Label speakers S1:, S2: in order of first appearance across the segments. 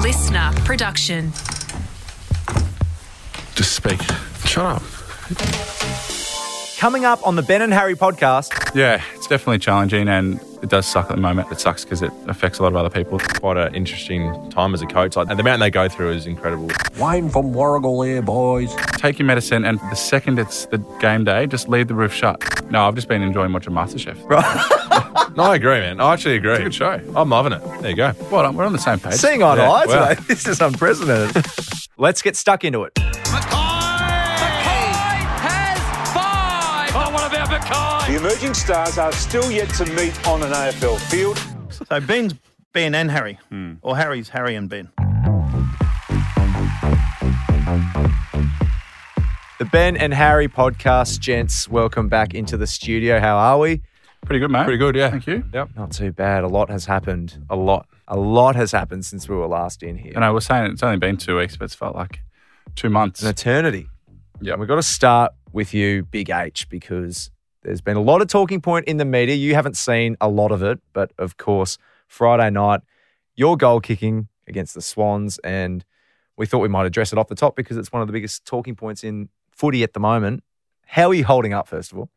S1: listener production.
S2: Just speak. Shut up.
S3: Coming up on the Ben and Harry podcast,
S4: Yeah, it's definitely challenging and it does suck at the moment. It sucks because it affects a lot of other people.
S5: quite an interesting time as a coach. Like, and the mountain they go through is incredible.
S6: Wayne from Warrigal here, boys.
S4: Take your medicine and the second it's the game day, just leave the roof shut. No, I've just been enjoying watching MasterChef. Right.
S5: No, I agree, man. I actually agree.
S4: Good show.
S5: I'm loving it. There you go.
S4: Well, we're on the same page.
S3: seeing eye to
S4: Yeah,
S3: eye
S4: wow.
S3: today. This is unprecedented. Let's get stuck into it.
S7: The emerging stars are still yet to meet on an AFL field.
S8: So Ben's Ben and Harry, or Harry's Harry and Ben.
S3: The Ben and Harry podcast, gents. Welcome back into the studio. How are we?
S4: Pretty good, mate.
S5: Pretty good, yeah.
S4: Thank you.
S5: Yep.
S3: Not too bad. A lot has happened.
S5: A lot.
S3: A lot has happened since we were last in here.
S4: And I was saying it's only been two weeks, but it's felt like two months.
S3: an eternity.
S4: Yeah.
S3: We've got to start with you, Big H, because there's been a lot of talking point in the media. You haven't seen a lot of it, but of course, Friday night, your goal kicking against the Swans, and we thought we might address it off the top because it's one of the biggest talking points in footy at the moment. How are you holding up, first of all?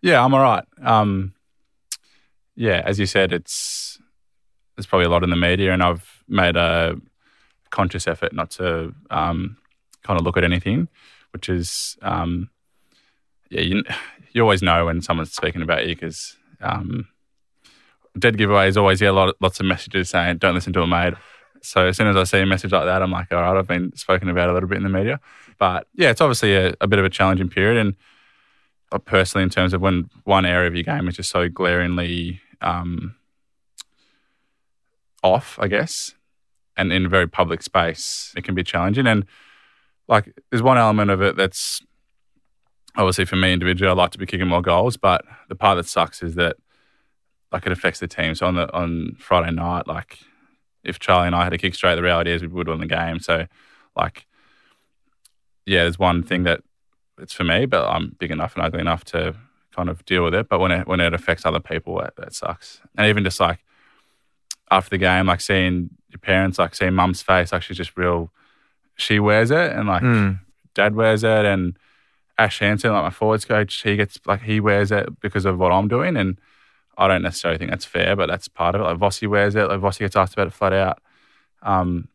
S4: Yeah, I'm all right. Um, yeah, as you said, it's there's probably a lot in the media, and I've made a conscious effort not to um, kind of look at anything, which is um, yeah, you you always know when someone's speaking about you because um, dead giveaways always get a lot lots of messages saying don't listen to a mate. So as soon as I see a message like that, I'm like, all right, I've been spoken about a little bit in the media, but yeah, it's obviously a, a bit of a challenging period, and uh, personally in terms of when one area of your game is just so glaringly um, off, I guess, and in a very public space, it can be challenging. And like, there's one element of it that's obviously for me individually, I like to be kicking more goals, but the part that sucks is that like it affects the team. So on the on Friday night, like if Charlie and I had a kick straight, the reality is we would win the game. So like, yeah, there's one thing that it's for me, but I'm big enough and ugly enough to kind of deal with it. But when it when it affects other people, that, that sucks. And even just like after the game, like seeing your parents, like seeing mum's face, like she's just real. She wears it, and like dad wears it, and Ash Hansen, like my forwards coach, he gets like he wears it because of what I'm doing, and I don't necessarily think that's fair, but that's part of it. Like Vossi wears it, like Vossi gets asked about it flat out. Um,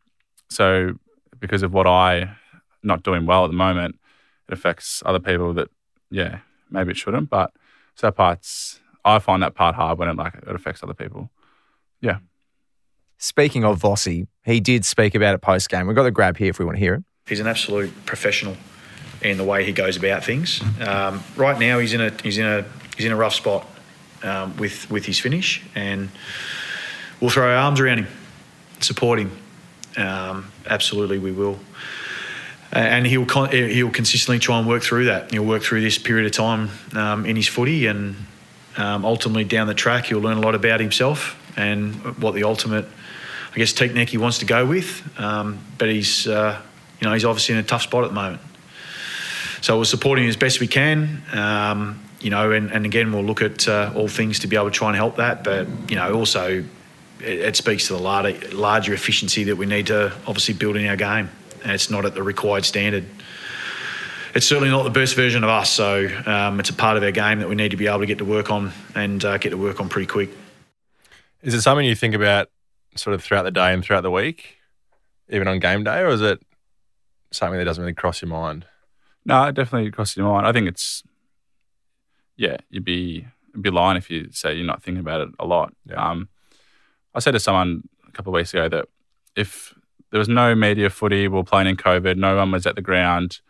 S4: so because of what I not doing well at the moment, it affects other people that yeah maybe it shouldn't but so that part's i find that part hard when it like it affects other people yeah
S3: Speaking of Vossi, he did speak about it post game. We've got the grab here if we want to hear it.
S9: He's an absolute professional in the way he goes about things. Um, right now, he's in a he's in a he's in a rough spot um, with with his finish, and we'll throw our arms around him, support him. Um, absolutely, we will. A- And he'll con- he'll consistently try and work through that. He'll work through this period of time um, in his footy, and um, ultimately down the track, he'll learn a lot about himself and what the ultimate, I guess, technique he wants to go with. Um, but he's uh, you know he's obviously in a tough spot at the moment. So we're supporting him as best we can. Um, you know, and, and again, we'll look at uh, all things to be able to try and help that. But you know, also, it, it speaks to the larger, larger efficiency that we need to obviously build in our game, and it's not at the required standard. It's certainly not the best version of us. So um, it's a part of our game that we need to be able to get to work on and uh, get to work on pretty quick.
S5: Is it something you think about sort of throughout the day and throughout the week, even on game day, or is it something that doesn't really cross your mind?
S4: no it definitely crosses your mind i think it's yeah you'd be be lying if you say you're not thinking about it a lot um, i said to someone a couple of weeks ago that if there was no media footy we were playing in covid no one was at the ground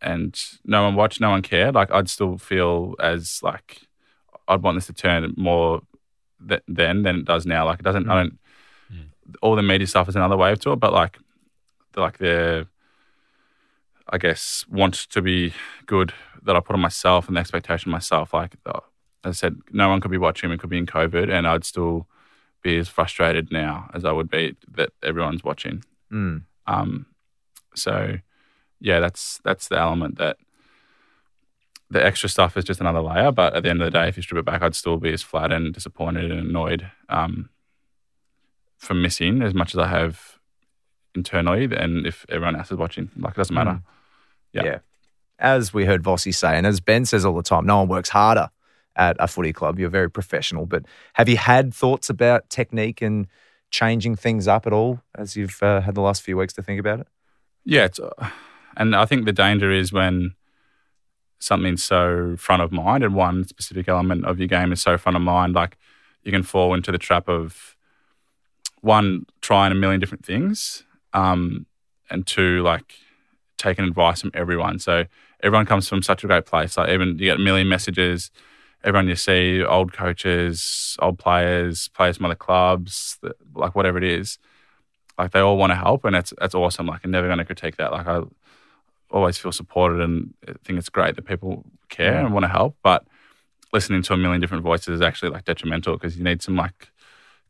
S4: and no one watched no one cared like i'd still feel as like i'd want this to turn more th- then than it does now like it doesn't i don't all the media stuff is another wave to it but like the, like the I guess, want to be good that I put on myself and the expectation of myself. Like uh, as I said, no one could be watching. It could be in COVID, and I'd still be as frustrated now as I would be that everyone's watching.
S3: Mm.
S4: Um, so, yeah, that's that's the element that the extra stuff is just another layer. But at the end of the day, if you strip it back, I'd still be as flat and disappointed and annoyed um, for missing as much as I have internally, and if everyone else is watching, like it doesn't matter. Yeah.
S3: Mm. As we heard Vossi say, and as Ben says all the time, no one works harder at a footy club. You're very professional, but have you had thoughts about technique and changing things up at all as you've uh, had the last few weeks to think about it?
S4: Yeah, it's, uh, and I think the danger is when something's so front of mind and one specific element of your game is so front of mind, like you can fall into the trap of one trying a million different things, um, and two like taking advice from everyone. So everyone comes from such a great place. Like even you get a million messages. Everyone you see, old coaches, old players, players from other clubs, the- like whatever it is, like they all want to help and that's that's awesome like i'm never going to critique that like i always feel supported and think it's great that people care and want to help but listening to a million different voices is actually like detrimental because you need some like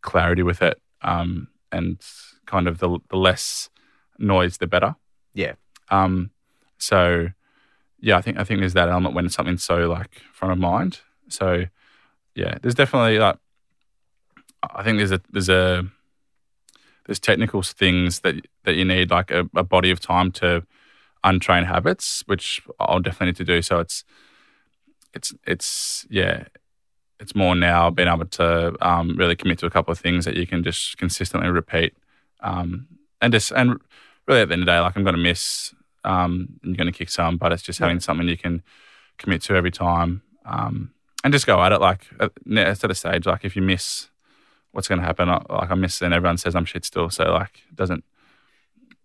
S4: clarity with it um, and kind of the, the less noise the better
S3: Yeah.
S4: um, so yeah i think i think there's that element when something's so like front of mind so yeah there's definitely like i think there's a there's a there's technical things that that you need like a, a body of time to untrain habits, which I'll definitely need to do. So it's it's it's yeah, it's more now being able to um, really commit to a couple of things that you can just consistently repeat, um, and just and really at the end of the day, like I'm going to miss, um, and you're going to kick some, but it's just having something you can commit to every time, um, and just go at it. Like at, it's at a stage, like if you miss what's going to happen. I, like I miss, and everyone says I'm shit still. So like, it doesn't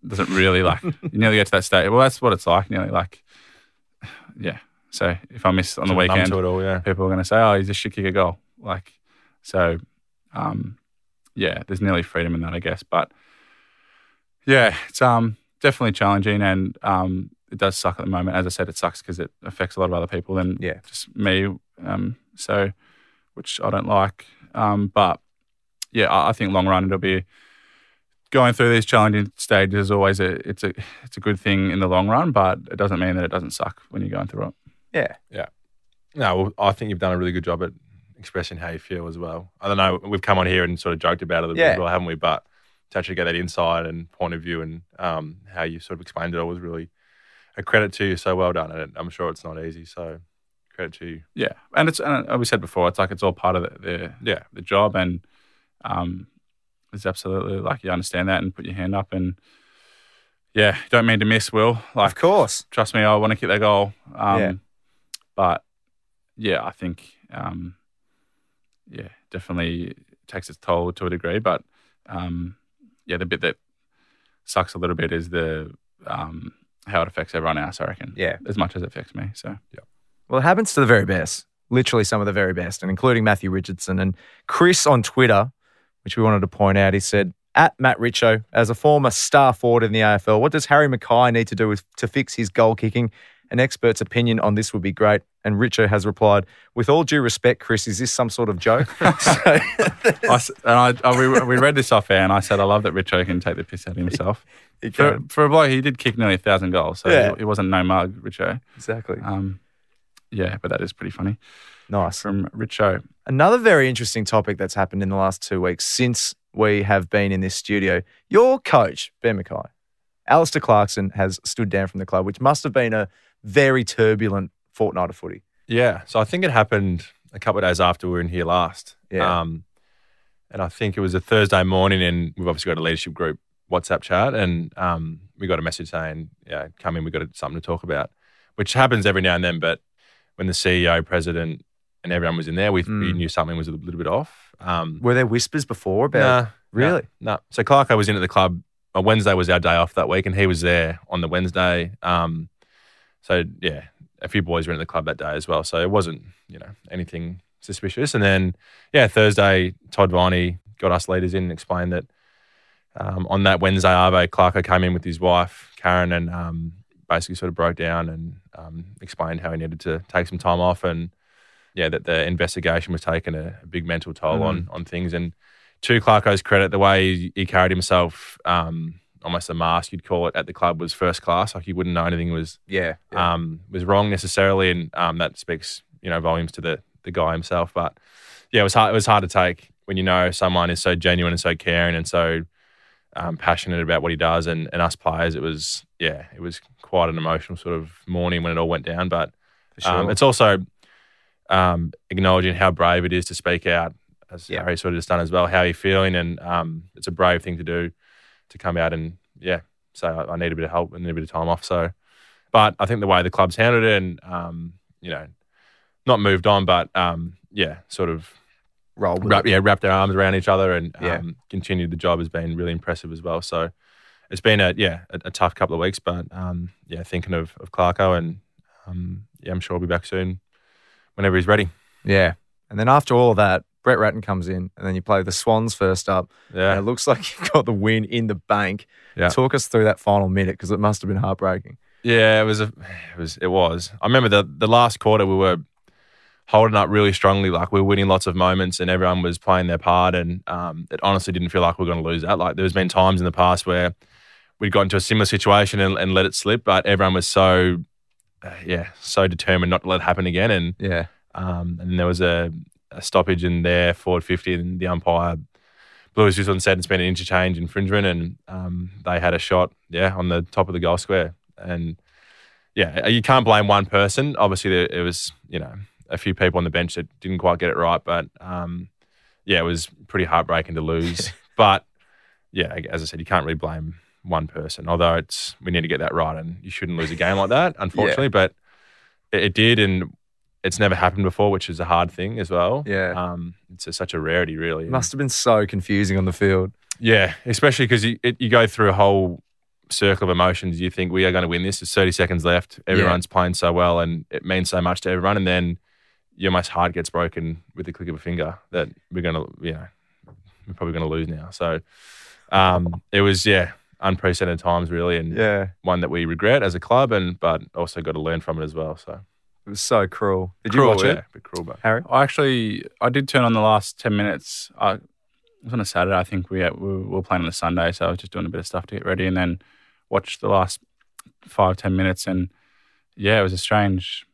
S4: doesn't really like you nearly get to that state. Well, that's what it's like. Nearly like, yeah. So if I miss on the
S5: Sort of numb
S4: weekend,
S5: to it all, yeah.
S4: people are going to say, "Oh, he's a shit kicker goal." Like, so, um, yeah. There's nearly freedom in that, I guess. But yeah, it's um definitely challenging, and um, it does suck at the moment. As I said, it sucks because it affects a lot of other people than
S3: Yeah.
S4: just me. Um, so, which I don't like. Um, but yeah, I, I think long run it'll be going through these challenging stages is always a it's a it's a good thing in the long run, but it doesn't mean that it doesn't suck when you're going through it.
S3: Yeah.
S5: No, well, I think you've done a really good job at expressing how you feel as well. I don't know. We've come on here and sort of joked about it a bit
S3: Yeah.
S5: as well, haven't we? But to actually get that insight and point of view and um, how you sort of explained it all was really a credit to you. So well done. And I'm sure it's not easy. So credit to you.
S4: Yeah, and it's and uh, we said before, it's like it's all part of the the,
S5: Yeah.
S4: the job, and um, it's absolutely like you understand that and put your hand up and yeah, don't mean to miss, Will. Like,
S3: Of course.
S4: trust me, I want to kick that goal. Um,
S3: Yeah.
S4: But yeah, I think um, yeah, definitely takes its toll to a degree. But um, yeah, the bit that sucks a little bit is the um, how it affects everyone else. I reckon.
S3: Yeah.
S4: as much as it affects me. So
S3: Well, it happens to the very best, literally some of the very best, and including Matthew Richardson and Chris on Twitter, which we wanted to point out. He said, at Matt Richo, as a former star forward in the AFL, what does Harry Mackay need to do with, to fix his goal kicking? An expert's opinion on this would be great. And Richo has replied, with all due respect, Chris, is this some sort of joke? so,
S4: I s and I, I, we, we read this off air, and I said, I love that Richo can take the piss out of himself. for,
S3: can.
S4: for a bloke, he did kick nearly a thousand goals, so
S3: Yeah.
S4: he, he wasn't no mug, Richo.
S3: exactly.
S4: Um, yeah, but that is pretty funny
S3: Nice.
S4: from Richo.
S3: Another very interesting topic that's happened in the last two weeks since we have been in this studio. Your coach, Ben Mackay, Alistair Clarkson, has stood down from the club, which must have been a very turbulent fortnight of footy.
S5: Yeah. So I think it happened a couple of days after we were in here last.
S3: Yeah.
S5: Um, and I think it was a Thursday morning, and we've obviously got a leadership group WhatsApp chat, and um, we got a message saying, "Yeah, come in. We've got something to talk about," which happens every now and then. But when the CEO, president, and everyone was in there, we, we
S3: Mm.
S5: knew something was a little bit off. Um,
S3: Were there whispers before about
S5: Nah,
S3: Really?
S5: No. no. So Clarko was in at the club. uh, Wednesday was our day off that week, and he was there on the Wednesday. Um, so yeah, a few boys were in the club that day as well. So it wasn't you know anything suspicious. And then yeah, Thursday Todd Viney got us leaders in and explained that um, on that Wednesday, Arvo Clarko came in with his wife Karen and um, basically sort of broke down and um, explained how he needed to take some time off and yeah, that the investigation was taking a, a big mental toll on on things. And to Clarko's credit, the way he, he carried himself, um, almost a mask you'd call it at the club, was first class. Like you wouldn't know anything was
S3: yeah,
S5: um, was wrong necessarily, and um, that speaks you know volumes to the the guy himself. But yeah, it was hard. It was hard to take when you know someone is so genuine and so caring and so um, passionate about what he does and, and us players, it was yeah, it was quite an emotional sort of morning when it all went down. But um, it's also um, acknowledging how brave it is to speak out, as
S3: Yeah.
S5: Harry sort of just done as well. How are you feeling? And um, it's a brave thing to do to come out and yeah, say I, I need a bit of help and need a bit of time off. So, but I think the way the club's handled it and um, you know, not moved on, but um, yeah, sort of
S3: Roll with
S5: wrap,
S3: it.
S5: yeah, wrapped their arms around each other and um,
S3: Yeah.
S5: continued the job has been really impressive as well. So it's been a yeah a, a tough couple of weeks, but um, yeah, thinking of of Clarko and um, yeah, I'm sure he'll be back soon whenever he's ready.
S3: Yeah. And then after all of that, Brett Ratton comes in, and then you play the Swans first up.
S5: Yeah,
S3: And it looks like you've got the win in the bank.
S5: Yeah.
S3: Talk us through that final minute because it must have been heartbreaking.
S5: yeah, it was a, it was it was. I remember the the last quarter we were holding up really strongly, like we were winning lots of moments and everyone was playing their part, and um, it honestly didn't feel like we were going to lose that. Like there's been times in the past where we'd got into a similar situation and, and let it slip, but everyone was so uh, yeah, so determined not to let it happen again, and
S3: Yeah.
S5: Um, and there was a, a stoppage in there, forward 50, and the umpire blew his whistle and said it's been an interchange infringement. And um, they had a shot, yeah, on the top of the goal square. And yeah, uh, you can't blame one person. Obviously, there, it was, you know, a few people on the bench that didn't quite get it right. But um, yeah, it was pretty heartbreaking to lose. but yeah, as I said, you can't really blame one person, although it's, we need to get that right. And you shouldn't lose a game like that, unfortunately. But it, it did. And it's never happened before, which is a hard thing as well.
S3: Yeah.
S5: Um, it's just such a rarity, really.
S3: It must have been so confusing on the field.
S5: Yeah, especially because you, it- you go through a whole circle of emotions. You think we are going to win this. There's 30 seconds left. Everyone's playing so well, and it means so much to everyone. And then your most heart gets broken with the click of a finger that we're going to, you know, we're probably going to lose now. So um, it was, yeah, unprecedented times really, and
S3: Yeah.
S5: one that we regret as a club, and but also got to learn from it as well. So
S3: It was so cruel. Did
S5: Cruel,
S3: you watch
S5: yeah,
S3: it,
S5: a bit cruel, but
S3: Harry?
S4: I Oh, actually I did turn on the last ten minutes. I it was on a Saturday. I think we, we were playing on a Sunday, so I was just doing a bit of stuff to get ready, and then watched the last five ten minutes. And yeah, it was a strange.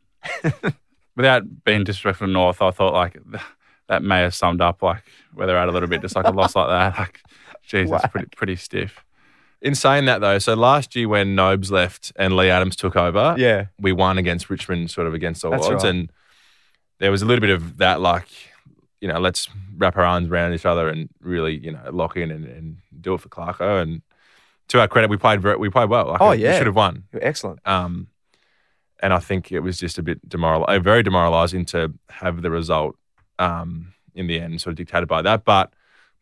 S4: Without being disrespectful to North, I thought like th- that may have summed up like where they're at a little bit. Just like a loss like that, like geez, that's pretty pretty stiff.
S5: In saying that though, so last year when Nobes left and Lee Adams took over,
S3: Yeah.
S5: we won against Richmond, sort of against all
S3: That's
S5: odds,
S3: right.
S5: and there was a little bit of that, like you know, let's wrap our arms around each other and really, you know, lock in and, and do it for Clarko. And to our credit, we played very, we played well. Like,
S3: Oh,
S5: we- we
S3: yeah.
S5: should have won.
S3: Excellent.
S5: Um, and I think it was just a bit demoralizing, very demoralizing to have the result um, in the end, sort of dictated by that. But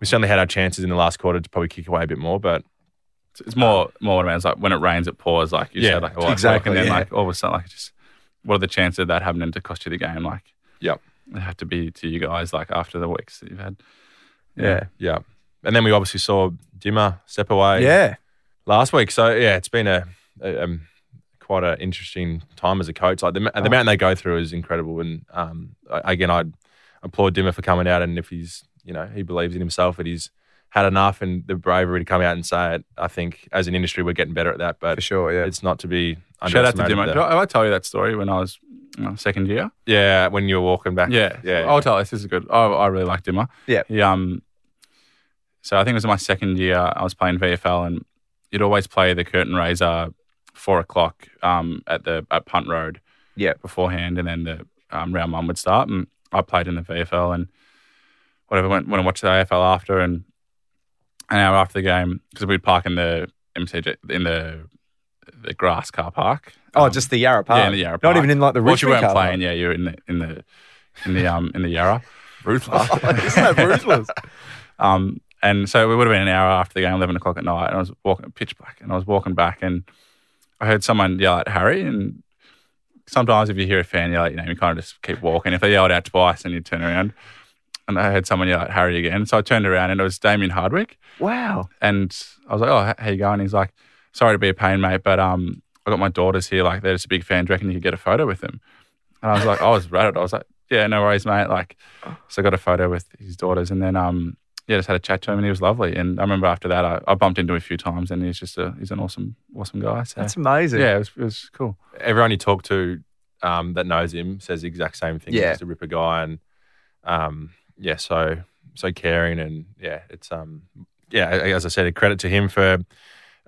S5: we certainly had our chances in the last quarter to probably kick away a bit more, but.
S4: It's- It's more more around it's like when it rains, it pours. Like you
S5: Yeah,
S4: said, like all that talk,
S3: exactly,
S4: and then
S3: yeah.
S4: like all of a sudden, like just what are the chances of that happening to cost you the game? Like,
S5: Yep.
S4: it had to be to you guys like after the weeks that you've had.
S3: Yeah.
S5: Yeah. And then we obviously saw Dimmer step away
S3: Yeah.
S5: last week. So yeah, it's been a, a um, quite an interesting time as a coach. Like the, ma- the amount they go through is incredible. And um, I, again, I applaud Dimmer for coming out. And if he's you know he believes in himself that he's had enough and the bravery to come out and say it, I think as an industry we're getting better at that. But
S3: For sure. Yeah.
S5: it's not to be
S4: Shout out to
S5: underestimated
S4: Dimo.
S5: that-
S4: Did I, did I tell you that story when I was uh, second year?
S5: Yeah, when you were walking back.
S4: Yeah, Oh,
S5: yeah.
S4: I'll tell this. This is good. I, I really like Dimmer.
S3: Yeah.
S4: He um. So I think it was my second year. I was playing VFL, and you'd always play the curtain raiser four o'clock um at the at Punt Road.
S3: Yeah.
S4: Beforehand, and then the um, round one would start, and I played in the VFL and whatever. Went went and watched the AFL after, and an hour after the game because we'd park in the MCG in the the grass car park.
S3: oh,
S4: Um,
S3: just the Yarra Park.
S4: yeah, in the Yarra
S3: Not
S4: Park.
S3: even in like the
S4: well, you
S3: Richmond
S4: weren't
S3: car park.
S4: playing. Yeah, you were in the in the in the um in the Yarra. Ruthless.
S3: Isn't that ruthless?
S4: um, and so it would have been an hour after the game, eleven o'clock at night, and I was walking pitch black, and I was walking back, and I heard someone yell at Harry. And sometimes if you hear a fan yell at your name, you kind of just keep walking. If they yelled out twice, and you turn around. And I heard someone yell at Harry again. So I turned around and it was Damien Hardwick.
S3: wow.
S4: And I was like, oh, h- how you going? He's like, sorry to be a pain, mate, but um, I got my daughters here. Like, they're just a big fan. Do you reckon you could get a photo with them? And I was like, I was rattled. I was like, yeah, no worries, mate. Like, so I got a photo with his daughters. And then, um, yeah, just had a chat to him and he was lovely. And I remember after that, I, I bumped into him a few times and he's just a, he's an awesome, awesome guy. So,
S3: That's amazing.
S4: yeah, it was, it was cool.
S5: everyone you talk to um, that knows him says the exact same thing.
S3: Yeah.
S5: He's just a ripper guy, and um, yeah, so so caring, and yeah, it's um, yeah, as I said, a credit to him for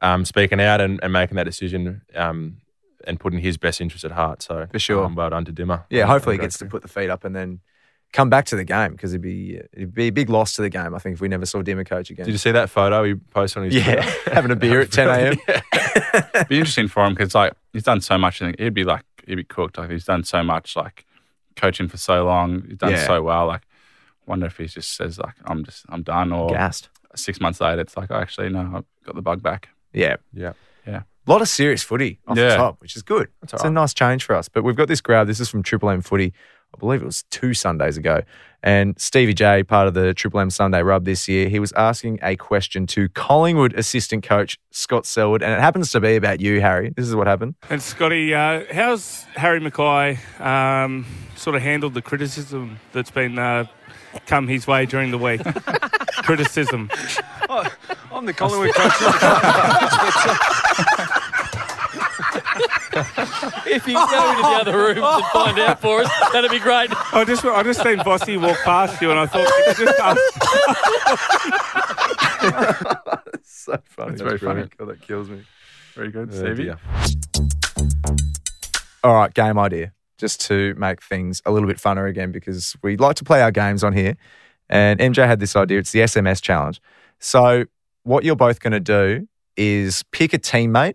S5: um, speaking out and, and making that decision um, and putting his best interest at heart. So
S3: For sure.
S5: um, well done to Dimmer.
S3: Yeah, hopefully he
S5: Great
S3: gets to put the feet up and then come back to the game because it'd be it'd be a big loss to the game. I think if we never saw Dimmer coach again.
S5: Did you see that photo he posted on his
S3: yeah,
S5: Twitter?
S3: having a beer at 10 a.m.
S4: be interesting for him because like he's done so much. I think he'd be like he'd be cooked. Like he's done so much, like coaching for so long. He's done
S3: Yeah.
S4: so well. Like, wonder if he just says like I'm just I'm done, or
S3: Gassed.
S4: six months later it's like oh, actually no, I've got the bug back.
S3: Yeah.
S5: Yeah.
S4: Yeah.
S3: A lot of serious footy off the
S4: Yeah.
S3: top, which is good.
S5: That's
S3: it's
S5: all
S3: a
S5: right.
S3: nice change for us. But we've got this grab. This is from Triple M Footy. I believe it was two Sundays ago. And Stevie J, part of the Triple M Sunday Rub this year, he was asking a question to Collingwood assistant coach Scott Selwood. And it happens to be about you, Harry. This is what happened.
S1: And Scotty, uh, how's Harry Mackay um, sort of handled the criticism that's been uh, come his way during the week? criticism.
S10: Oh, I'm the Collingwood coach. if you go into the other room and find out for us, that'd be great.
S1: I just I just seen Bossy walk past you, and I thought "Can you just ask
S3: So funny.
S4: That's Oh, very
S3: brilliant. God, that kills me.
S4: Very good,
S5: Oh,
S4: Stevie.
S5: dear.
S3: All right, game idea. Just to make things a little bit funner again, because we like to play our games on here. And MJ had this idea. It's the SMS challenge. So, what you're both going to do is pick a teammate.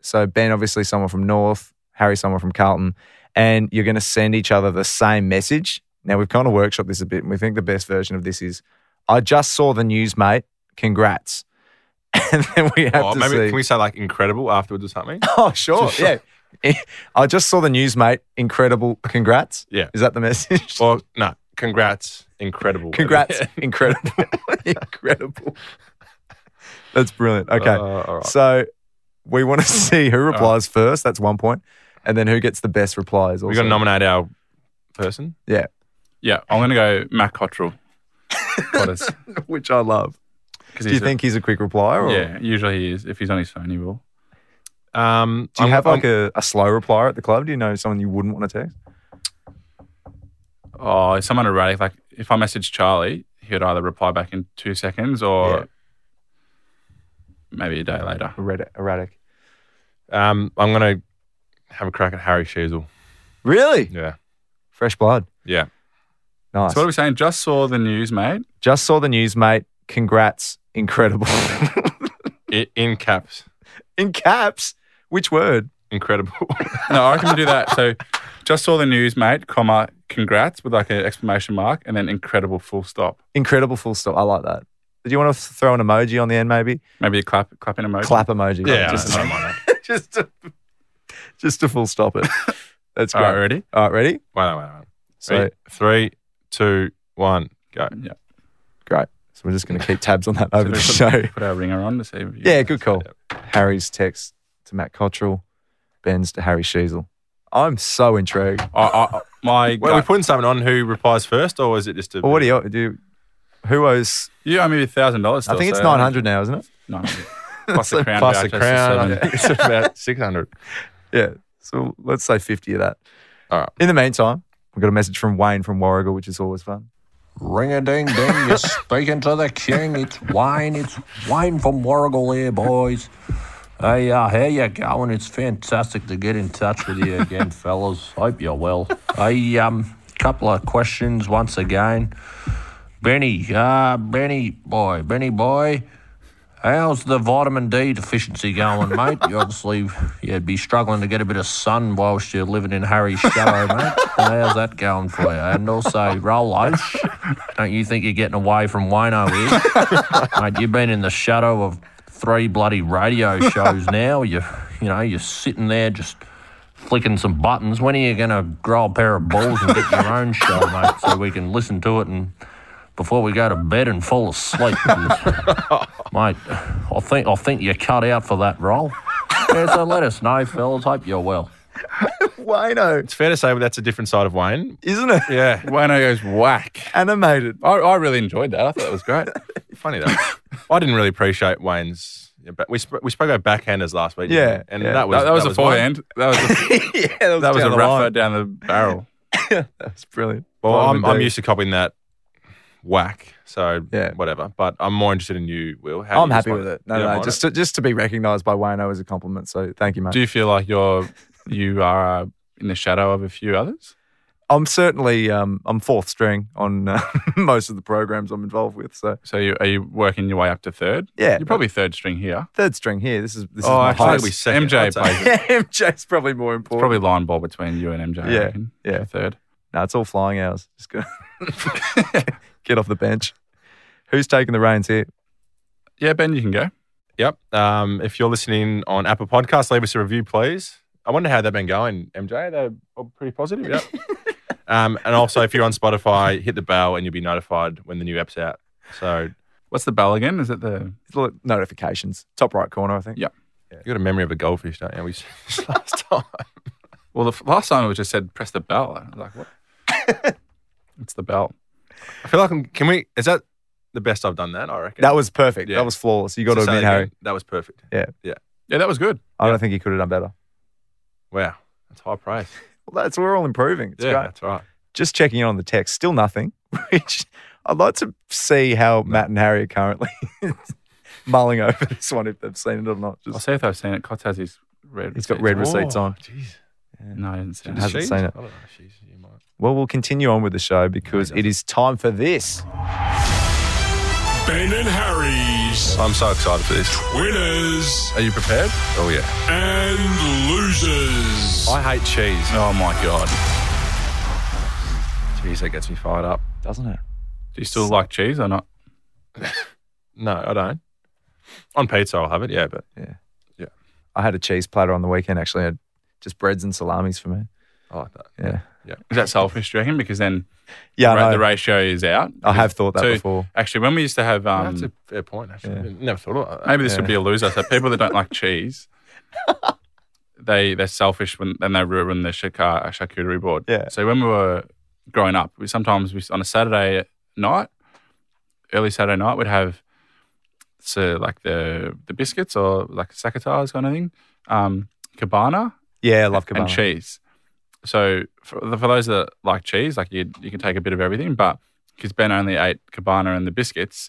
S3: So, Ben, obviously, someone from North, Harry, someone from Carlton, and you're going to send each other the same message. Now, we've kind of workshopped this a bit, and we think the best version of this is I just saw the news, mate. Congrats. And then we have
S5: Oh,
S3: to
S5: maybe
S3: see.
S5: can we say like incredible afterwards or something?
S3: Oh, sure.
S5: Sure.
S3: Yeah. I just saw the news, mate. Incredible. Congrats.
S5: Yeah.
S3: Is that the message?
S5: Well, no. Congrats, incredible.
S3: Congrats. Incredible. Incredible. That's brilliant. Okay.
S5: Uh, all right.
S3: So we want to see who replies first. That's one point. And then who gets the best replies. Also.
S5: We got to nominate our person.
S4: Yeah, I'm gonna go Matt Cottrell. Because
S3: Which I love. Do you think he's a quick replier? Or
S4: yeah, usually he is. If he's on his phone, he will.
S5: Um,
S3: Do you
S5: I'm-
S3: have
S5: I'm-
S3: like a, a slow replier at the club? Do you know someone you wouldn't want to text?
S4: Oh, if someone erratic. Like if I message Charlie, he'd either reply back in two seconds or
S5: Yeah.
S4: maybe a day later.
S3: Erratic. erratic.
S5: Um, I'm gonna have a crack at Harry Sheasel.
S3: Really?
S5: Yeah.
S3: Fresh blood.
S5: Yeah.
S3: Nice.
S4: So what are we saying? Just saw the news, mate.
S3: Just saw the news, mate. Congrats. Incredible.
S5: I- in caps,
S3: In caps. Which word?
S5: incredible.
S4: No, I reckon we do that. So just saw the news, mate, comma, congrats with like an exclamation mark and then incredible full stop.
S3: Incredible full stop. I like that. Do you want to throw an emoji on the end, maybe?
S4: Maybe a clap clapping emoji.
S3: Clap emoji.
S5: yeah.
S3: Just,
S5: I don't mind that.
S3: just, to, just to full stop it. That's
S4: All
S3: great.
S4: right, ready?
S3: All right, ready?
S5: Wait, wait, wait, wait.
S3: So,
S5: Three- three, two, one, go.
S3: great. So, we're just going to keep tabs on that over the
S4: So
S3: show.
S4: we put, put our ringer on to see if you
S3: Yeah, good call. Harry's text to Matt Cottrell, Ben's to Harry Sheasel. I'm so intrigued.
S4: I, I, my
S5: Wait, are we
S4: gut,
S5: putting someone on who replies first, or is it just a?
S3: Well, what do you do? You, who owes?
S4: you owe me a thousand dollars. uh,
S3: I think it's 900 now, isn't it?
S4: Nine hundred. Plus the crown.
S5: plus a
S4: voucher, so
S5: crown?
S4: seven.
S5: I think it's about six hundred.
S3: Yeah. So let's say 50 of that.
S5: All right.
S3: In the meantime, we've got a message from Wayne from Warrigal, which is always fun.
S6: Ring a ding ding, you're speaking to the king. It's wine, it's wine from Warrigal here, boys. Hey, uh, how you going? It's fantastic to get in touch with you again, fellas. Hope you're well. Hey, um, couple of questions once again. Benny, uh, Benny boy, Benny boy, how's the vitamin D deficiency going, mate? You obviously you'd be struggling to get a bit of sun whilst you're living in Harry's shadow, mate. How's that going for you? And also, Rolo, don't you think you're getting away from Wayno here? Mate, you've been in the shadow of three bloody radio shows now. You you know, you're sitting there just flicking some buttons. When are you gonna grow a pair of balls and get your own show, mate, so we can listen to it and before we go to bed and fall asleep. Mate, I think I think you're cut out for that role. Yeah, so let us know, fellas. Hope you're well.
S3: Wayno,
S5: It's fair to say that's a different side of Wayne.
S3: isn't it?
S5: Yeah,
S4: Wayno goes whack.
S3: Animated.
S4: I, I really enjoyed that. I thought that was great.
S5: funny though. I didn't really appreciate Wayne's. Yeah, but we sp- we spoke about backhanders last week. didn't
S3: Yeah,
S5: we? and
S3: yeah.
S5: that was
S4: that, that was a
S5: Wayne.
S4: forehand. That was a,
S3: yeah, that was,
S4: that was a
S3: down the
S4: rougher
S3: line.
S4: down the barrel.
S3: That's brilliant.
S5: Well, I'm,
S3: Vitamin
S5: I'm
S3: D.
S5: used to copying that whack. So
S3: Yeah.
S5: whatever. But I'm more interested in you, Will. How do
S3: I'm
S5: you
S3: happy
S5: respond?
S3: with it. No,
S5: You don't
S3: no, no
S5: mind
S3: just
S5: it?
S3: to, just to be recognised by Wayno is a compliment. So thank you, mate.
S4: Do you feel like you're you are uh, in the shadow of a few others?
S3: I'm certainly um, I'm fourth string on uh, most of the programs I'm involved with. So
S4: So you, are you working your way up to third?
S3: Yeah.
S4: you're probably third string here.
S3: third string here. This is this
S4: oh,
S3: is my
S4: actually,
S3: highest.
S4: we
S5: second,
S4: MJ
S5: I'd say.
S4: plays it.
S3: MJ's probably more
S4: It's
S3: important.
S4: probably line ball between you and MJ. I
S3: Yeah,
S4: reckon,
S3: yeah.
S4: for Third.
S3: No, it's all flying hours. Just go get off the bench. Who's taking the reins here?
S4: Yeah, Ben, you can go.
S5: Yep. Um, if you're listening on Apple Podcasts, leave us a review, please. I wonder how they've been going, MJ. They're all pretty positive. Yep. um, and also, if you're on Spotify, hit the bell and you'll be notified when the new app's out. So
S4: What's the bell again? Is it the
S3: Look, Notifications, top right corner, I think.
S4: Yeah.
S5: you got a memory of a goldfish, don't you? We said this last time.
S4: well? The f- last time it was just said press the bell. I was like, what? it's the bell.
S5: I feel like I'm. Can we? Is that the best I've done that? I reckon.
S3: That was perfect.
S5: Yeah.
S3: That was flawless. You got to
S5: Say that
S3: admit, Harry.
S5: again. That was perfect.
S4: Yeah, that was good.
S3: I don't think he could have done better.
S5: Wow. That's high praise.
S3: Well, that's we're all improving. It's
S5: yeah,
S3: great.
S5: that's right.
S3: Just checking in on the text, still nothing. Which I'd like to see how Matt and Harry are currently mulling over this one if they've seen it or not.
S4: I'll
S3: Just,
S4: see if I've seen it. Cots has his red.
S3: he's got red
S4: receipts.
S3: receipts on.
S5: Jeez.
S4: No, I didn't see it.
S3: Has Hasn't
S5: Oh, She's-
S3: seen it.
S5: I don't know. She's, you might.
S3: Well, we'll continue on with the show because it is time for this.
S7: Ben and Harry's
S5: I'm so excited for this.
S7: winners
S5: Are you prepared? Oh yeah.
S7: and losers.
S5: I hate cheese. Oh my god. Cheese that gets me fired up.
S3: Doesn't it?
S4: Do you still like cheese or not?
S5: No, I don't. On pizza, I'll have it. Yeah, but
S3: I had a cheese platter on the weekend actually. I had just breads and salamis for me.
S5: I like that.
S3: Yeah.
S4: Is that selfish, do you reckon? Because then
S3: Yeah,
S4: ra-
S3: I,
S4: the
S3: know.
S4: ratio is out.
S3: I have thought that
S4: Two-
S3: before.
S4: Actually, when we used to have, um,
S5: that's a fair point. Actually,
S3: yeah.
S5: never thought of that.
S4: maybe this
S3: yeah.
S4: would be a loser. So people that don't like cheese, they they're selfish when and they ruin the shaka- charcuterie board.
S3: Yeah.
S4: So when we were growing up, we sometimes we on a Saturday night, early Saturday night, we'd have so like the the biscuits or like sakatars kind of thing, um, cabana,
S3: Yeah, I love kebab.
S4: and cheese. So for, for those that like cheese, like you, you can take a bit of everything, but because Ben only ate cabana and the biscuits,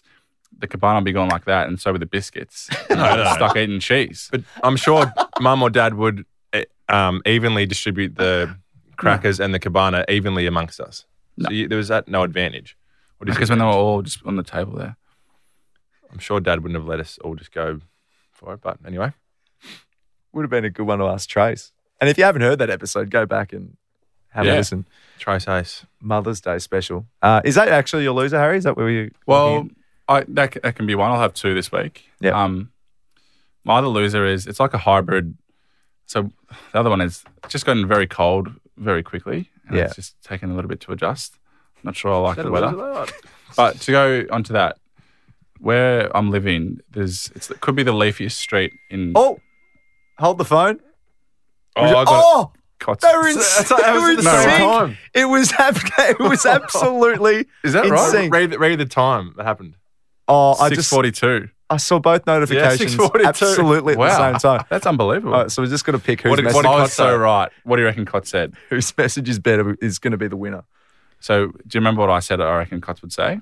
S4: the cabana will be gone like that, and so would the biscuits. And I was stuck eating cheese.
S5: But I'm sure mum or dad would eh, um, evenly distribute the crackers and the cabana evenly amongst us.
S4: No.
S5: So you, there was that no advantage. Or
S4: Because when they were all just on the table there,
S5: I'm sure dad wouldn't have let us all just go for it. But anyway,
S3: Would have been a good one to ask Trace. And if you haven't heard that episode, go back and have a
S4: Yeah.
S3: listen.
S5: Trace Ace.
S3: Mother's Day special. Uh, is that actually your loser, Harry? Is that where you?
S4: Well, I, that, c- that can be one. I'll have two this week.
S3: Yeah.
S4: Um, my other loser is it's like a hybrid. So the other one is it's just gotten very cold very quickly. And
S3: Yeah.
S4: It's just taken a little bit to adjust. Not sure I like the weather.
S5: Well,
S4: But to go onto that, where I'm living, there's it's, it could be the leafiest street in
S3: oh, hold the phone.
S5: Oh, I got
S3: oh,
S4: Cots.
S3: they were in,
S5: That's-
S3: they
S5: that was
S3: were
S5: at
S3: in
S5: the same
S3: sync.
S5: time.
S3: It was ab- it was absolutely.
S5: Is that
S3: In
S5: right?
S3: sync.
S5: Read, read the time that happened.
S3: Oh, I
S4: Six
S3: just
S4: forty-two.
S3: I saw both notifications
S5: 6:42.
S3: absolutely at
S4: Wow.
S3: the same time.
S4: That's unbelievable.
S3: All right, so Oh, we just got to pick whose,
S5: What did-
S3: message,
S5: what did
S4: I
S5: Cots
S4: was so
S5: say?
S4: right. What do you reckon Cots said?
S3: whose message is better is going to be the winner.
S4: So do you remember what I said? I reckon Cots would say.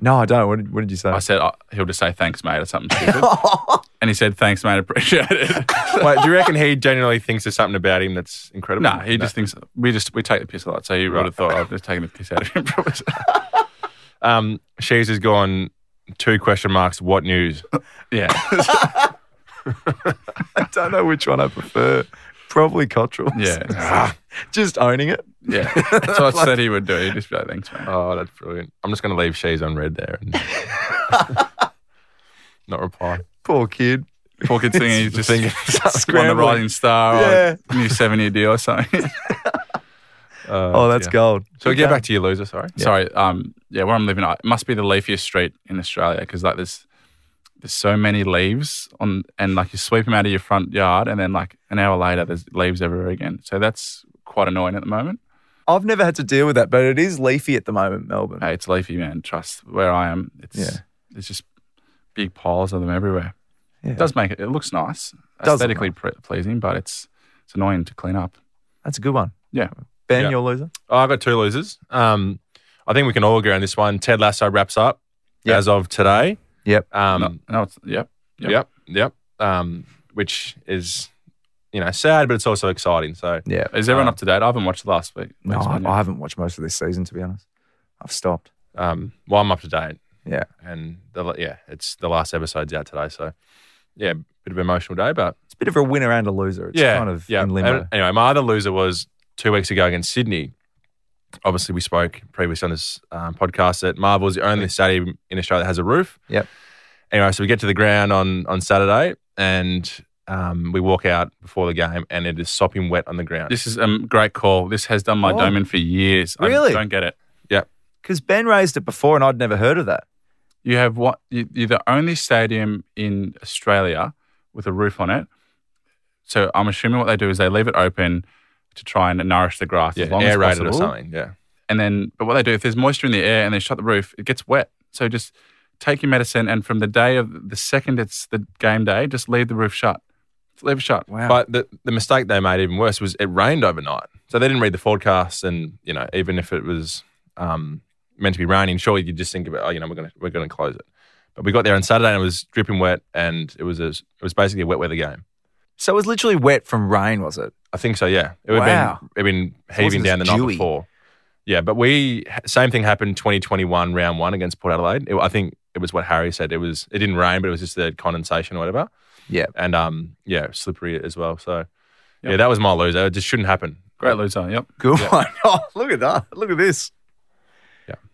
S3: No, I don't. What did, what did you say?
S4: I said oh, he'll just say thanks, mate, or something stupid. and he said thanks, mate. Appreciate it.
S5: Wait, do you reckon he genuinely thinks there's something about him that's incredible?
S4: no, he just thinks we just we take the piss a lot. So he would have thought I've just taken the piss out of him. probably.
S5: Um, she's has gone two question marks. What news?
S4: yeah,
S3: I don't know which one I prefer. Probably Cottrell.
S4: yeah,
S3: Just owning it.
S4: yeah. That's what I said he would do. He'd just be like thanks, mate.
S5: Oh, that's brilliant. I'm just going to leave Shays on red there and not reply.
S3: Poor kid.
S4: Poor kid singing, he's just
S5: Singing.
S4: won the
S3: Scrambling.
S4: Rising Star
S3: Yeah.
S4: or new seven year deal or something.
S5: Uh,
S3: Oh, that's
S5: yeah.
S3: gold.
S5: So we get back to your loser. Sorry.
S4: Sorry, um, yeah, where I'm living, I- it must be the leafiest street in Australia because like there's there's so many leaves on, and like you sweep them out of your front yard, and then like an hour later, there's leaves everywhere again. So that's quite annoying at the moment.
S3: I've never had to deal with that, but it is leafy at the moment, Melbourne.
S4: Hey, it's leafy, man. Trust where I am. It's
S3: Yeah.
S4: it's just big piles of them everywhere.
S3: Yeah.
S4: It does make it. It looks nice,
S3: look
S4: aesthetically pre- pleasing, but it's it's annoying to clean up.
S3: That's a good one.
S4: Yeah.
S3: Ben,
S5: Yeah.
S3: your loser?
S5: Oh, I've got two losers. Um, I think we can all agree on this one. Ted Lasso wraps up
S3: Yep.
S5: as of today.
S3: Yep.
S5: Um,
S4: No, it's, yep.
S5: Yep. Yep. Um, which is, you know, sad, but it's also exciting. So
S3: Yeah.
S4: Is everyone
S5: Uh,
S4: up to date? I haven't watched last week.
S3: No,
S4: week's
S3: I,
S4: one yet.
S3: I haven't watched most of this season, to be honest. I've stopped.
S5: um, well, I'm up to date.
S3: Yeah.
S5: And the, la- yeah, it's the last episode's out today. So yeah, bit of an emotional day, but
S3: It's a bit of a winner and a loser. It's
S5: yeah,
S3: kind of
S5: yeah. Uh,
S3: in limbo.
S5: And anyway, my other loser was two weeks ago against Sydney. Obviously, we spoke previously on this um, podcast that Marvel's the only stadium in Australia that has a roof.
S3: Yep.
S5: Anyway, so we get to the ground on on Saturday, and um, we walk out before the game, and it is sopping wet on the ground.
S4: This is a um, great call. This has done my
S3: Oh.
S4: dome in for years.
S3: Really?
S4: I don't get it.
S3: Because Ben raised it before and I'd never heard of that.
S4: You have what? you- You're the only stadium in Australia with a roof on it. So I'm assuming what they do is they leave it open to try and nourish the grass
S5: yeah,
S4: as long as
S5: aerated
S4: possible.
S5: or something. Yeah.
S4: And then, but what they do if there's moisture in the air and they shut the roof, it gets wet. So just take your medicine, and from the day of the second it's the game day, just leave the roof shut. Just leave it shut.
S3: Wow.
S5: But the, the mistake they made even worse was it rained overnight. So they didn't read the forecast, and you know, even if it was um, meant to be raining, sure you just think about, oh, you know, we're gonna we're gonna close it. But we got there on Saturday and it was dripping wet, and it was a, it was basically a wet weather game.
S3: so it was literally wet from rain, was it?
S5: I think so. Yeah, it would
S3: Wow.
S5: have been, it'd been heaving
S3: wasn't
S5: down the
S3: as
S5: night
S3: dewy.
S5: before. Yeah, but we same thing happened 2021 round one against Port Adelaide. It, I think it was what Harry said. It was it didn't rain, but it was just the condensation or whatever.
S3: Yeah.
S5: and um yeah, slippery as well. So yeah, that was my loser. It just shouldn't happen.
S4: Great loser. Yep.
S3: Good one. Oh, look at that. Look at this.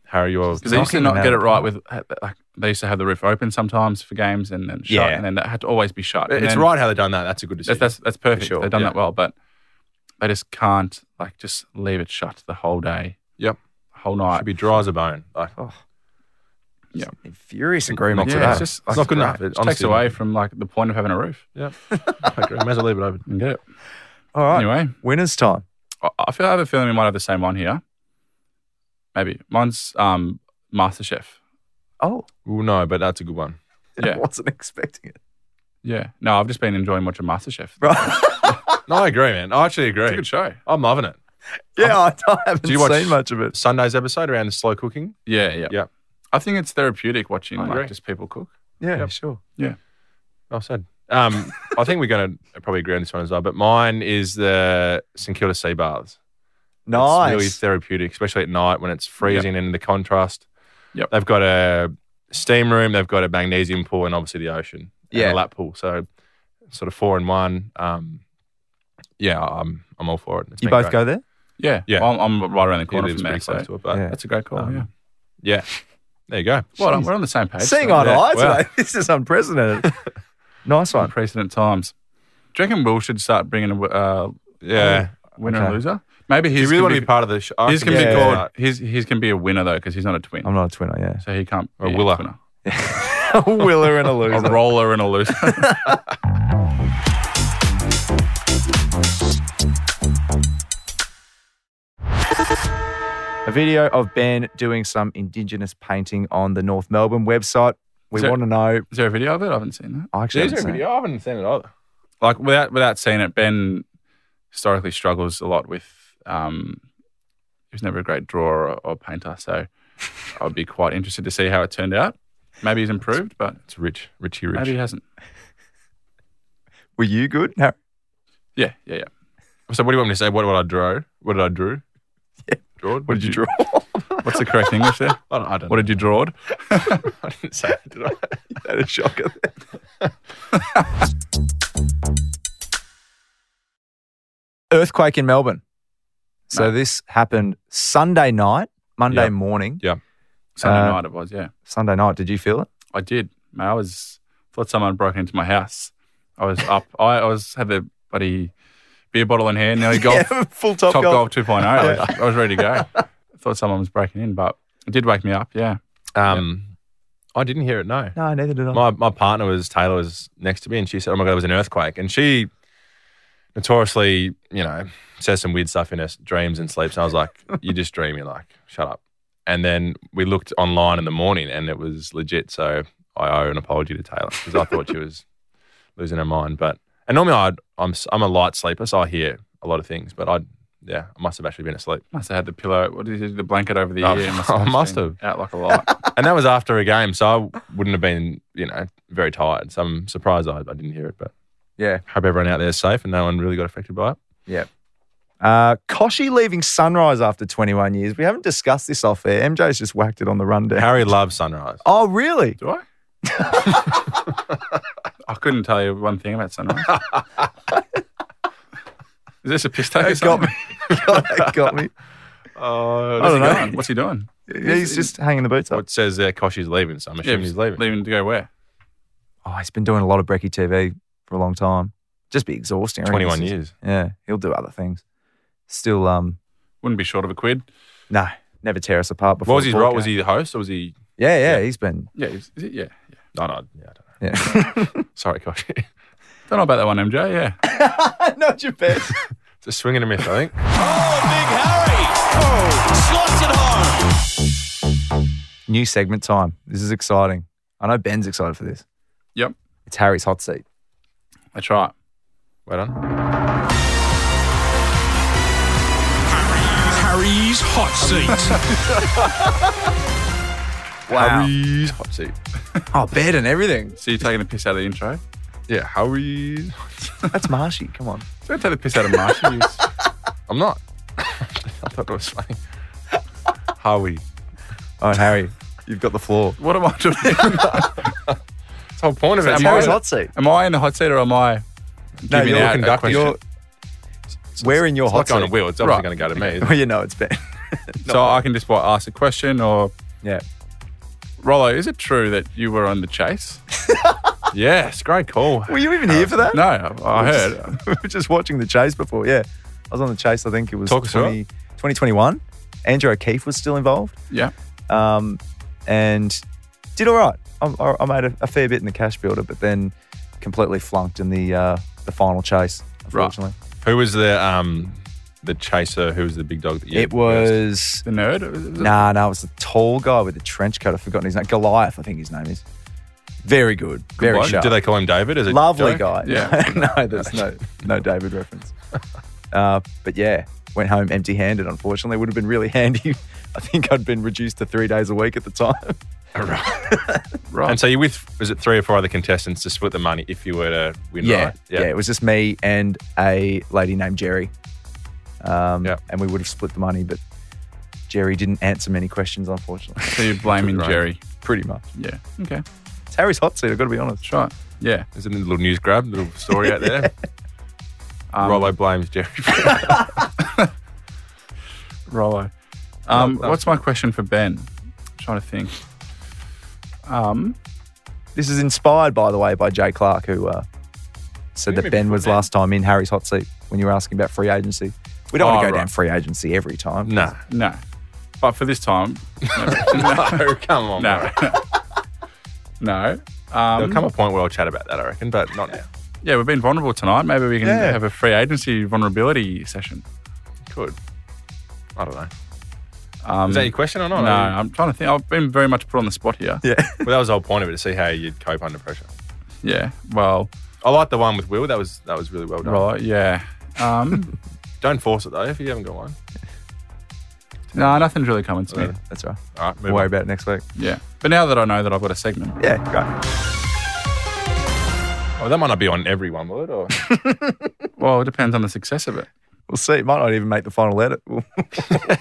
S5: Harry, you're
S4: Because they used to
S3: Knocking
S4: not get it
S3: them
S4: right with like they used to have the roof open sometimes for games and then shut,
S5: Yeah.
S4: and then that had to always be shut. And
S5: It's
S4: then-
S5: right how they've done that. That's a good
S4: That's
S5: decision.
S4: that's, that's perfect.
S5: sure,
S4: They've done
S5: yeah.
S4: that well, but they just can't like just leave it shut the whole day,
S5: yep.
S4: whole
S5: Should
S4: night.
S5: be dry as a bone. Like,
S3: Furious agreement
S4: Oh, yeah,
S3: today.
S4: it's just
S5: It's not good enough. It
S4: It takes
S5: honestly-
S4: away from like the point of having a roof.
S5: yeah. I agree. Might as well leave it open.
S4: You can get it.
S3: All right.
S4: Anyway,
S3: Winners time.
S4: I- I feel I have a feeling we might have the same one here. Maybe mine's um, MasterChef.
S3: Oh,
S5: Well, no, but that's a good one.
S4: Yeah.
S3: I wasn't expecting it.
S4: Yeah. No, I've just been enjoying watching MasterChef.
S3: Right.
S5: No, I agree, man. I actually agree.
S4: It's a good show.
S5: I'm loving it.
S3: yeah, I, I haven't
S5: Did you watch-
S3: seen much of it.
S5: Sunday's episode around the slow cooking.
S4: Yeah, yeah.
S5: Yeah.
S4: I think it's therapeutic watching
S5: I agree.
S4: like, just people cook.
S3: Yeah,
S5: Yep.
S3: sure.
S5: Well said. Um, I think we're going to probably agree on this one as well. But mine is the St Kilda Sea Baths.
S3: Nice.
S5: It's really therapeutic, especially at night when it's freezing and the contrast.
S4: Yep.
S5: They've got a steam room, they've got a magnesium pool, and obviously the ocean. and
S3: Yeah.
S5: a lap pool. So sort of four in one. Um, yeah, I'm I'm all for it. It's
S3: you
S5: been
S3: both
S5: great.
S3: go there?
S4: Yeah.
S5: Yeah.
S4: Well, I'm, I'm right around the
S5: He
S4: corner
S5: lives
S4: from there.
S5: pretty
S4: So.
S5: close to it, but
S3: Yeah.
S5: yeah.
S4: That's a great call.
S5: Um,
S4: yeah.
S5: there you go.
S4: Well, we're on the same page.
S3: Seeing
S4: so-
S3: eye to
S5: yeah,
S3: eye
S5: wow.
S3: today. This is unprecedented. nice one.
S4: precedent times. Do you reckon Will should start bringing a uh,
S5: Yeah.
S4: winner
S3: Okay.
S4: and loser? Maybe
S5: Do
S4: he's
S5: you really want to be part of the show?
S4: His can
S3: Yeah.
S4: be
S3: Yeah.
S4: called. His his can be a winner though because he's not a twin,
S3: I'm not a twinner, yeah.
S4: so he can't.
S5: Or a
S4: be
S5: willer.
S4: twinner.
S3: a willer and a
S4: a
S3: loser.
S4: roller and a loser.
S3: A video of Ben doing some Indigenous painting on the North Melbourne website. We
S4: So-
S3: want to know.
S4: Is there a video of it? I haven't seen that.
S3: I actually
S5: Is
S3: haven't
S5: there a
S3: seen it.
S5: video? I haven't seen it either.
S4: Like without without seeing it, Ben historically struggles a lot with. Um, he was never a great drawer or, or painter, so I'd be quite interested to see how it turned out. Maybe he's improved, but
S5: It's rich, Richie Rich.
S4: maybe he hasn't.
S3: Were you good? No.
S4: Yeah, yeah, yeah.
S5: So what do you want me to say? What, what I drew? What did I drew? Draw?
S4: What did you draw? What's the correct English there?
S5: I don't, I don't
S4: What did you draw?
S5: I didn't say it, did I?
S3: That is shocking. Earthquake in Melbourne. So
S4: No.
S3: this happened Sunday night, Monday
S5: Yep.
S3: morning.
S4: Sunday
S3: Uh,
S4: night it was, yeah.
S3: Sunday night, did you feel it?
S4: I did. Mate, I was thought someone broke into my house. I was up. I, I was had the bloody beer bottle in hand. Nearly golf.
S3: full
S4: top, golf 2.0. I, was, I was ready to go. thought someone was breaking in, but it did wake me up. Yeah.
S5: Um, I didn't hear it. No.
S3: No, neither did I.
S5: My my partner was Taylor was next to me, and she said, "Oh my god, it was an earthquake." And she notoriously, you know, says some weird stuff in her s- dreams and sleeps. And I was like, "You just dream. You're like, shut up." And then we looked online in the morning, and it was legit. So I owe an apology to Taylor because I thought she was losing her mind. But and normally I I'm s- I'm a light sleeper, so I hear a lot of things, but I yeah, I must have actually been asleep.
S4: Must have had the pillow. What did you do? The blanket over the
S5: Oh,
S4: ear.
S5: I must
S4: been Out like a light.
S5: and that was after a game, so I wouldn't have been, you know, very tired. So I'm surprised I, I didn't hear it, but
S3: Yeah.
S5: hope everyone out there is safe and no one really got affected by it.
S3: Uh, Koshi leaving Sunrise after 21 years. We haven't discussed this off air. MJ's just whacked it on the rundown.
S5: Harry loves sunrise.
S3: Oh, really?
S4: Do I? I couldn't tell you one thing about sunrise. Is this a piss take? or
S3: That got me.
S4: something?
S3: that got me.
S5: Oh,
S4: What's he
S3: I don't know.
S4: doing? What's he doing?
S3: He's just hanging the boots
S5: so
S3: up.
S5: it says there Koshi's leaving, so I'm assuming he's leaving.
S4: Leaving to go where?
S3: Oh, he's been doing a lot of Brecky TV for a long time. Just be exhausting. I reckon
S5: 21
S3: this is-
S5: years.
S3: Yeah, he'll do other things. Still, um,
S4: Wouldn't be short of a quid.
S3: no, never tear us apart before.
S5: What was
S3: the
S5: his
S3: ball
S5: role? Was
S3: game.
S5: he the host or was he?
S3: Yeah, yeah, he's been.
S4: Yeah, is, is it? Yeah. yeah.
S5: No, no, yeah, I don't know.
S3: Yeah.
S5: Sorry, Koshi.
S4: Don't know about that one, MJ. Yeah.
S3: Not your best.
S5: it's a swing and a miss, I think.
S3: New segment time. This is exciting. I know Ben's excited for this.
S4: Yep.
S3: It's Harry's hot seat.
S4: That's right.
S5: Wait on.
S7: Harry's hot seat.
S3: Wow.
S5: Harry's hot seat.
S3: Oh, bed and everything.
S4: So you're taking a piss out of the intro?
S5: Yeah, Harry's.
S3: That's marshy. Come on.
S4: Don't take the piss out of Marshall.
S5: I'm not. I thought it was funny. Howie.
S3: Oh, Harry, you've got the floor.
S4: what am I doing?
S5: That's the whole point of it.
S3: It's
S5: Am I-
S3: Harry's hot seat.
S4: am I in the hot seat or am I?
S3: No,
S5: giving
S3: you're
S5: out a
S3: conducting.
S5: question.
S3: You're, we're in your
S5: It's
S3: hot
S5: not going
S3: seat.
S5: to Will. It's obviously
S4: Right.
S5: going to go to me.
S3: Well, you know it's Ben.
S4: So I can just what, ask a question or
S3: yeah.
S4: Rollo, is it true that you were on the chase?
S5: yes, great call.
S3: Were you even here for that?
S4: No, I, I heard.
S3: we were just watching the chase before. Yeah, I was on the chase. I think it was
S5: Talk us through
S3: 20, 2021. Andrew O'Keefe was still involved,
S4: Yeah.
S3: um, and did all right. I, I, I made a, a fair bit in the cash builder, but then completely flunked in the uh, the final chase. Unfortunately,
S5: Who was the um the chaser? Who was the big dog that you?
S3: it was
S4: The nerd? It was-
S3: nah, nah. It was the tall guy with the trench coat. I've forgotten his name. Goliath, I think his name is. Very good. Very
S5: Why-
S3: sharp.
S5: Do they call him David? As a
S3: lovely
S5: joke?
S3: guy.
S4: Yeah.
S3: no, there's no no David reference. Uh, but yeah, went home empty-handed. Unfortunately, would have been really handy. I think I'd been reduced to three days a week at the time.
S4: Right.
S5: And so you're with, was it three or four other contestants to split the money if you were to win? right?
S3: yeah, It was just me and a lady named Jerry. Um,
S5: Yeah.
S3: and we would have split the money, but Jerry didn't answer many questions. Unfortunately,
S4: so you're blaming
S5: Right.
S4: Jerry.
S3: pretty much.
S4: Yeah. Okay.
S3: It's Harry's hot seat. I've got to be honest.
S4: That's right. Yeah.
S5: There's a little news grab, little story out there.
S4: Um,
S5: Rollo blames Jerry. for-
S4: Rollo. Um,
S5: No, no.
S4: what's my question for Ben? I'm trying to think. Um,
S3: This is inspired, by the way, by Jay Clark, who uh, said that Ben was last time in Harry's hot seat when you were asking about free agency. We don't
S4: Oh,
S3: want to go
S4: right.
S3: down free agency every time.
S5: nah.
S4: no. But for this time,
S5: No, come on.
S4: no.
S5: No.
S4: no.
S5: There'll
S4: Um,
S5: come a point where I'll chat about that, I reckon, but not now.
S4: Yeah, we've been vulnerable tonight. Maybe we can
S5: Yeah.
S4: have a free agency vulnerability session.
S5: Could. I don't know.
S4: Um,
S5: Is that your question or not?
S4: No, I'm trying to think. I've been very much put on the spot here.
S3: Yeah.
S5: Well, that was the whole point of it to see how you'd cope under pressure.
S4: Yeah. Well,
S5: I like the one with Will. That was that was really well done.
S4: Rollo, yeah. Um,
S5: Don't force it though if you haven't got one.
S4: no, nothing's really coming to me.
S3: That's all right.
S5: All right, move
S3: We'll worry
S5: on.
S3: about it next week.
S4: Yeah. But now that I know that I've got a segment,
S3: Yeah, great.
S5: Oh, that might not be on everyone, will it? Or
S4: well, it depends on the success of it.
S3: We'll see. It might not even make the final edit. We'll,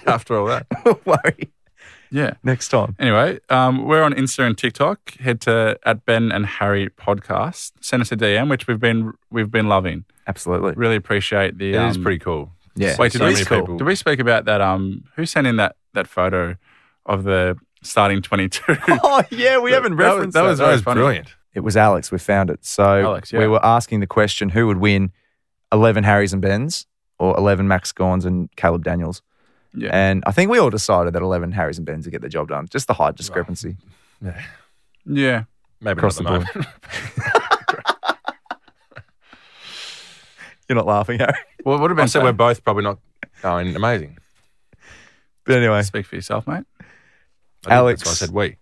S5: after all that.
S3: we'll worry
S4: Yeah.
S3: next time.
S4: Anyway, um, we're on Insta and TikTok. Head to at Ben and Harry podcast. Send us a DM, which we've been we've been loving.
S3: Absolutely.
S4: Really appreciate the.
S5: It is
S4: um,
S5: pretty cool.
S3: Yeah.
S5: Wait, did
S4: So
S5: we
S4: many
S5: speak-
S4: people- Did we speak about that? Um, who sent in that that photo of the starting twenty two?
S3: Oh, yeah, we haven't
S4: that was-
S3: referenced
S4: that was
S5: That was
S4: funny.
S5: brilliant.
S3: It was Alex. We found it. So
S4: Alex, yeah.
S3: we were asking the question who would win 11 Harrys and Bens or 11 Max Gorns and Caleb Daniels?
S4: Yeah.
S3: And I think we all decided that 11 Harrys and Bens would get the job done. Just the height discrepancy.
S4: yeah.
S5: Maybe
S3: Across
S5: not
S3: the
S5: at moment.
S3: You're not laughing, Harry.
S4: Well, what
S5: I
S4: about
S5: said we're both probably not going amazing.
S3: But anyway,
S4: Speak for yourself, mate.
S5: I think
S3: Alex.
S5: That's why I said we.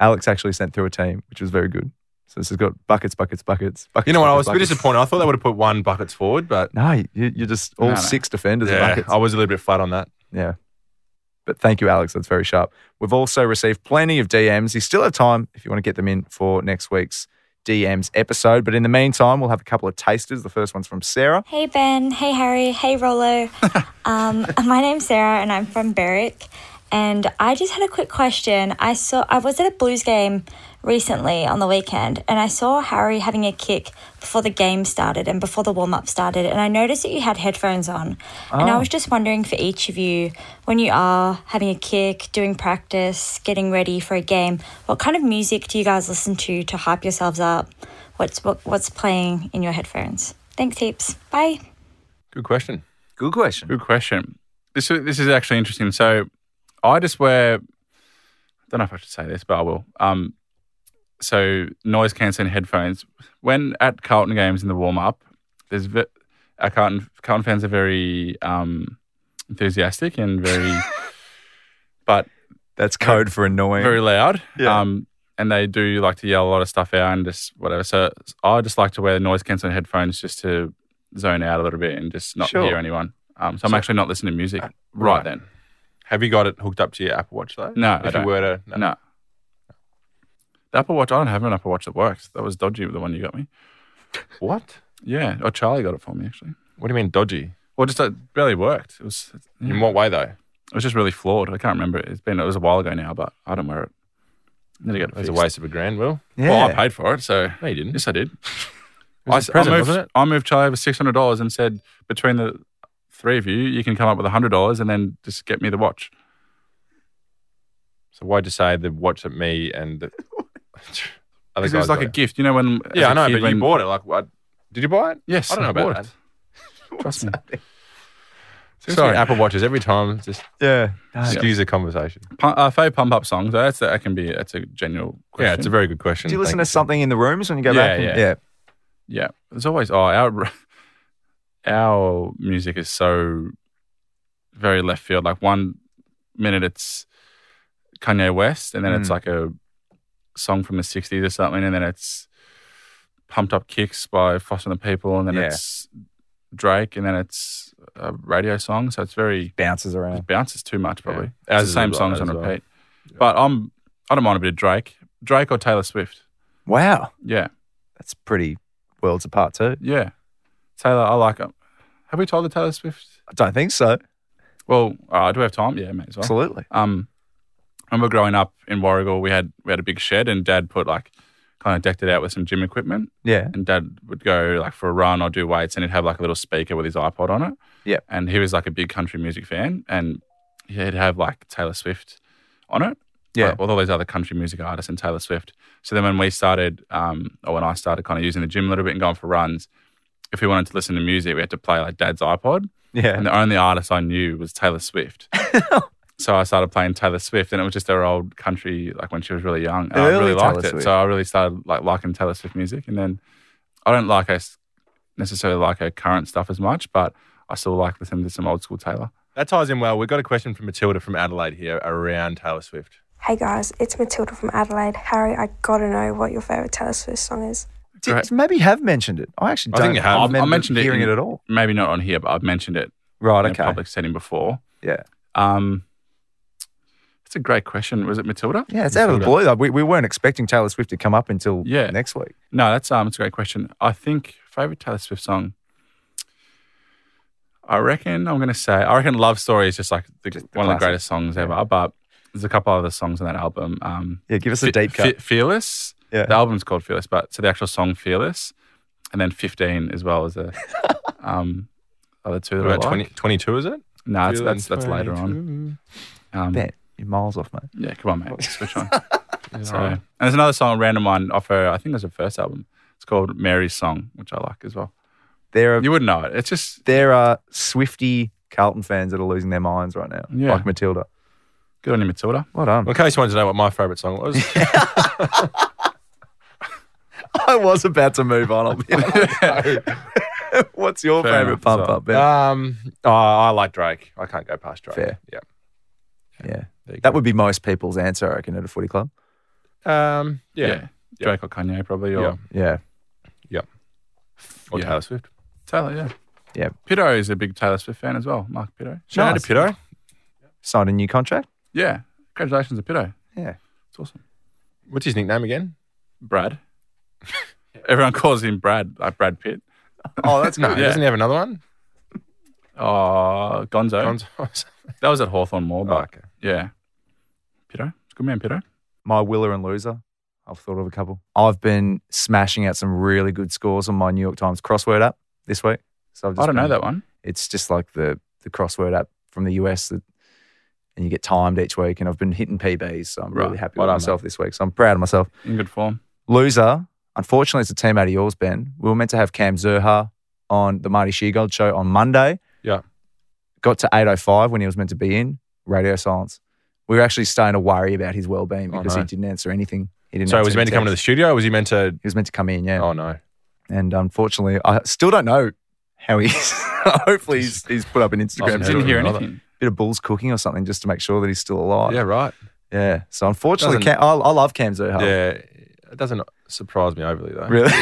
S3: Alex actually sent through a team, which was very good. So this has got buckets, buckets, buckets. buckets
S5: You know what? I was
S3: buckets,
S5: a bit
S3: buckets.
S5: disappointed. I thought they would have put one buckets forward, but
S3: No, you, you're just all
S4: No, no.
S3: six defenders are
S5: yeah,
S3: buckets.
S5: I was a little bit flat on that.
S3: Yeah. But thank you, Alex. That's very sharp. We've also received plenty of DMs. You still have time if you want to get them in for next week's DMs episode. But in the meantime, we'll have a couple of tasters. The first one's from Sarah.
S11: Hey Ben, hey Harry, hey Rollo. um, my name's Sarah and I'm from Berwick. And I just had a quick question. I saw I was at a Blues game recently on the weekend, and I saw Harry having a kick before the game started and before the warm up started. And I noticed that you had headphones on, and I
S3: Oh.
S11: was just wondering for each of you, when you are having a kick, doing practice, getting ready for a game, what kind of music do you guys listen to to hype yourselves up? What's what, what's playing in your headphones? Thanks heaps. Bye.
S5: Good question.
S3: Good question.
S4: Good question. This is- this is actually interesting. So I just wear. I don't know if I should say this, but I will. Um, so noise cancelling headphones. When at Carlton games in the warm up, there's ve- our Carlton Carlton fans are very um, enthusiastic and very, but
S3: That's code for annoying.
S4: very loud.
S3: Yeah.
S4: Um, and they do like to yell a lot of stuff out and just whatever. So I just like to wear noise cancelling headphones just to zone out a little bit and just not
S3: Sure.
S4: hear anyone. Um, so I'm
S5: So-
S4: actually not listening to music right,
S5: right.
S4: then.
S5: Have you got it hooked up to your Apple Watch though?
S4: No, I
S5: If you
S4: don't.
S5: were to
S4: No. The Apple Watch, I don't have an Apple Watch that works. That was dodgy, the one you got me.
S5: What?
S4: Yeah. Oh, Charlie got it for me, actually.
S5: What do you mean dodgy?
S4: Well, just it barely worked. It was
S5: In what way though?
S4: it was just really flawed. I can't remember it. It's been, it was a while ago now, but I don't wear it. Need to get it
S5: It was a
S4: fixed.
S5: waste of a grand, Will.
S3: Yeah.
S4: Well, I paid for it, so.
S5: No, you didn't.
S4: Yes, I did. s-
S5: was a present,
S4: I moved,
S5: wasn't it?
S4: I moved Charlie over six hundred dollars and said, between the three of you, you can come up with hundred dollars and then just get me the watch.
S5: So why'd you say the watch at me and the other
S4: Because
S5: guys?
S4: it was like
S5: got
S4: a gift, you know. When as
S5: Yeah,
S4: a
S5: I know,
S4: kid
S5: but
S4: when-
S5: you bought it. Like, what? Did you buy it?
S4: Yes,
S5: I don't know about
S4: bought it. Trust me.
S5: Seriously,
S4: Sorry.
S5: Apple watches every time just
S3: yeah.
S5: skews the conversation.
S4: Pump, uh, fave pump up songs. That's that can be. That's a general question.
S5: Yeah, it's a very good question.
S3: Do you listen to
S5: Thank
S3: something in the rooms when you go
S4: Yeah,
S3: back?
S4: yeah.
S3: yeah.
S4: Yeah, there's always oh our our music is so very left field. Like one minute it's Kanye West, and then it's
S3: Mm.
S4: like a song from the '60s or something, and then it's Pumped Up Kicks by Foster and the People, and then
S3: Yeah.
S4: it's Drake, and then it's a radio song. So it's very
S3: Bounces
S4: it
S3: around.
S4: bounces too much probably.
S5: Yeah. Ours
S4: It's
S5: is
S4: the same
S5: like
S4: songs
S5: that
S4: on
S5: as well.
S4: repeat. But I'm I don't mind a bit of Drake, Drake or Taylor Swift.
S3: Wow.
S4: Yeah.
S3: That's pretty worlds apart, too.
S4: Yeah. Taylor, I like him. Have we told the Taylor Swift?
S3: I don't think so.
S4: Well, uh, do we have time? Yeah, mate, as well.
S3: Absolutely.
S4: Um, I remember growing up in Warrigal, we had we had a big shed, and Dad put like kind of decked it out with some gym equipment,
S3: Yeah.
S4: and Dad would go like for a run or do weights, and he'd have like a little speaker with his iPod on it.
S3: Yep.
S4: And he was like a big country music fan, and he'd have like Taylor Swift on it.
S3: Yeah.
S4: like, with all these other country music artists and Taylor Swift. So then when we started, um, or when I started kind of using the gym a little bit and going for runs, if we wanted to listen to music, we had to play like Dad's iPod.
S3: Yeah.
S4: And the only artist I knew was Taylor Swift. so I started playing Taylor Swift, and it was just her old country, like when she was really young. And I
S3: Early
S4: really
S3: Taylor
S4: liked it.
S3: Swift.
S4: So I really started like liking Taylor Swift music. And then I don't like her necessarily like her current stuff as much, but I still like listening to some old school Taylor.
S5: That ties in well. We've got a question from Matilda from Adelaide here around Taylor Swift.
S12: Hey guys, it's Matilda from Adelaide. Harry, I gotta know what your favourite Taylor Swift song is.
S3: Did-
S4: Great.
S3: maybe you have mentioned it. I actually
S5: I
S3: don't
S5: think you have. I- I
S3: remember
S4: mentioned it
S3: hearing
S4: in-
S3: it, at all.
S4: Maybe not on here, but I've mentioned it
S3: Right.
S4: in
S3: Okay.
S4: a public setting before.
S3: Yeah.
S4: Um, it's a great question. Was it Matilda?
S3: Yeah, it's out of the blue. Like, we, we weren't expecting Taylor Swift to come up until
S4: Yeah.
S3: next week.
S4: No, that's um, it's a great question. I think favorite Taylor Swift song. I reckon I'm gonna say I reckon Love Story is just like the,
S3: the
S4: one of the
S3: classic.
S4: greatest songs ever. But there's a couple other songs on that album. Um,
S3: Yeah, give us a
S4: Fe-
S3: deep cut.
S4: Fe- Fearless.
S3: Yeah.
S4: The album's called Fearless, but so the actual song Fearless, and then 15 as well as a um, other two that
S5: About
S4: I like.
S5: 20, 22, is it?
S4: No, that's that's, that's later on. Um,
S3: Bet. You're miles off, mate.
S4: yeah, come on, mate, switch on. So, and there's another song, a random one off her. I think it was her first album. It's called Mary's Song, which I like as well.
S3: There are
S4: You wouldn't know it. It's just
S3: there are Swifty Carlton fans that are losing their minds right now.
S4: Yeah.
S3: Like Matilda.
S4: good on you, Matilda.
S3: Well done.
S5: In case you wanted to know what my favourite song was,
S3: I was about to move on. I'll be honest. What's your
S4: Fair
S3: favourite
S4: enough,
S3: pump
S4: so-
S3: up, Ben?
S5: um, oh, I like Drake. I can't go past Drake.
S3: Fair.
S5: Yeah.
S3: yeah.
S5: there you go.
S3: That would be most people's answer, I reckon, at a footy club.
S5: Um, yeah.
S4: Yeah.
S5: yeah.
S4: Drake or Kanye, probably. Or
S3: Yeah.
S5: Yep. Or
S4: Yeah.
S5: Taylor Swift.
S4: Taylor, yeah.
S3: Yeah.
S4: Pitto is a big Taylor Swift fan as well, Mark Pitto.
S5: Shout out to Pitto.
S3: Signed a new contract.
S4: Yeah. Congratulations to Pitto.
S3: Yeah.
S4: It's awesome.
S5: What's his nickname again?
S4: Brad. Everyone calls him Brad, like Brad Pitt.
S5: Oh, that's no.
S4: Yeah.
S5: Doesn't he have another one?
S4: Oh, Gonzo.
S5: Gonzo.
S4: That was at Hawthorn Mall, but
S5: okay.
S4: yeah. Pitto. It's a good man, Pitto.
S3: My Willer and Loser. I've thought of a couple. I've been smashing out some really good scores on my New York Times crossword app this week. So I've just
S4: I don't know
S3: been-
S4: that one.
S3: It's just like the the crossword app from the US that and you get timed each week. And I've been hitting PBs, so I'm really
S4: Right.
S3: happy
S4: Well
S3: with
S4: done,
S3: myself this week. So I'm proud of myself.
S4: In good form.
S3: Loser, unfortunately, it's a team out of yours, Ben. We were meant to have Cam Zerha on the Marty Sheargold show on Monday.
S5: Yeah.
S3: Got to 8.05 when he was meant to be in, radio silence. We were actually starting to worry about his well-being
S5: Oh,
S3: because
S5: no.
S3: he didn't answer anything. He didn't
S5: So
S3: answer
S5: was he meant to come into the studio? Or was he meant to?
S3: He was meant to come in, yeah.
S5: Oh no.
S3: And unfortunately, I still don't know how he is. Hopefully he's, he's put up an Instagram.
S5: Awesome.
S4: Didn't
S5: Didn't
S4: hear
S5: know
S4: anything.
S3: Bit of bulls cooking or something just to make sure that he's still alive.
S5: Yeah, right.
S3: Yeah. So unfortunately,
S5: Doesn't-
S3: Cam, I, I love Cam Zerha.
S5: Yeah, it doesn't surprise me overly though.
S3: Really?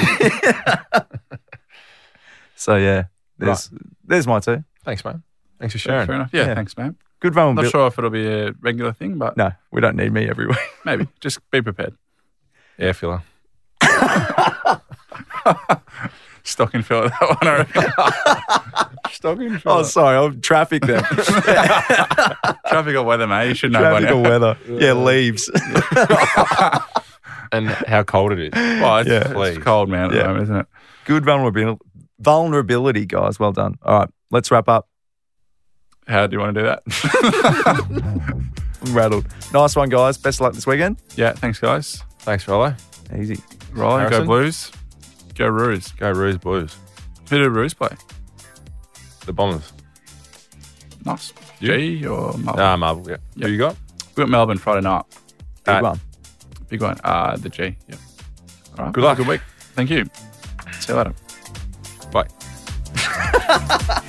S3: so yeah, there's there's my two.
S5: Thanks, man. Thanks for
S4: Yeah,
S5: sharing.
S4: Fair enough. Yeah,
S3: Yeah.
S4: thanks, man.
S3: Good run,
S4: I'm
S3: Bill.
S4: not sure if it'll be a regular thing, but
S3: No, we don't need me every week.
S4: maybe. Just be prepared.
S5: Air filler.
S4: Stocking filler that one, I reckon.
S5: Stocking filler.
S3: oh, sorry, I'm traffic there.
S4: Traffic or weather, mate. You should know by now.
S3: traffic or weather. Yeah, leaves.
S5: and how cold it is.
S4: Well, it's,
S3: Yeah.
S4: it's cold, man, at
S3: Yeah.
S4: the moment, isn't it?
S3: Good vulnerability, vulnerability, guys. Well done. All right, let's wrap up.
S4: How do you want to do that?
S3: I'm rattled. Nice one, guys. Best of luck this weekend.
S4: yeah, thanks, guys.
S5: Thanks, Rollo.
S3: Easy.
S4: Right, go
S5: Harrison?
S4: Blues. Go Roos.
S5: Go Roos Blues.
S4: Who did Roos play?
S5: The Bombers.
S4: Nice. G or Melbourne?
S5: Ah, Marvel. Yeah.
S4: Yeah.
S5: Who you got?
S4: we got Melbourne Friday night.
S3: Big
S4: Uh,
S3: one.
S4: Big one. Uh, the G. Yeah. All right.
S5: Good luck.
S4: Good week. Thank you. See you later.
S5: Bye.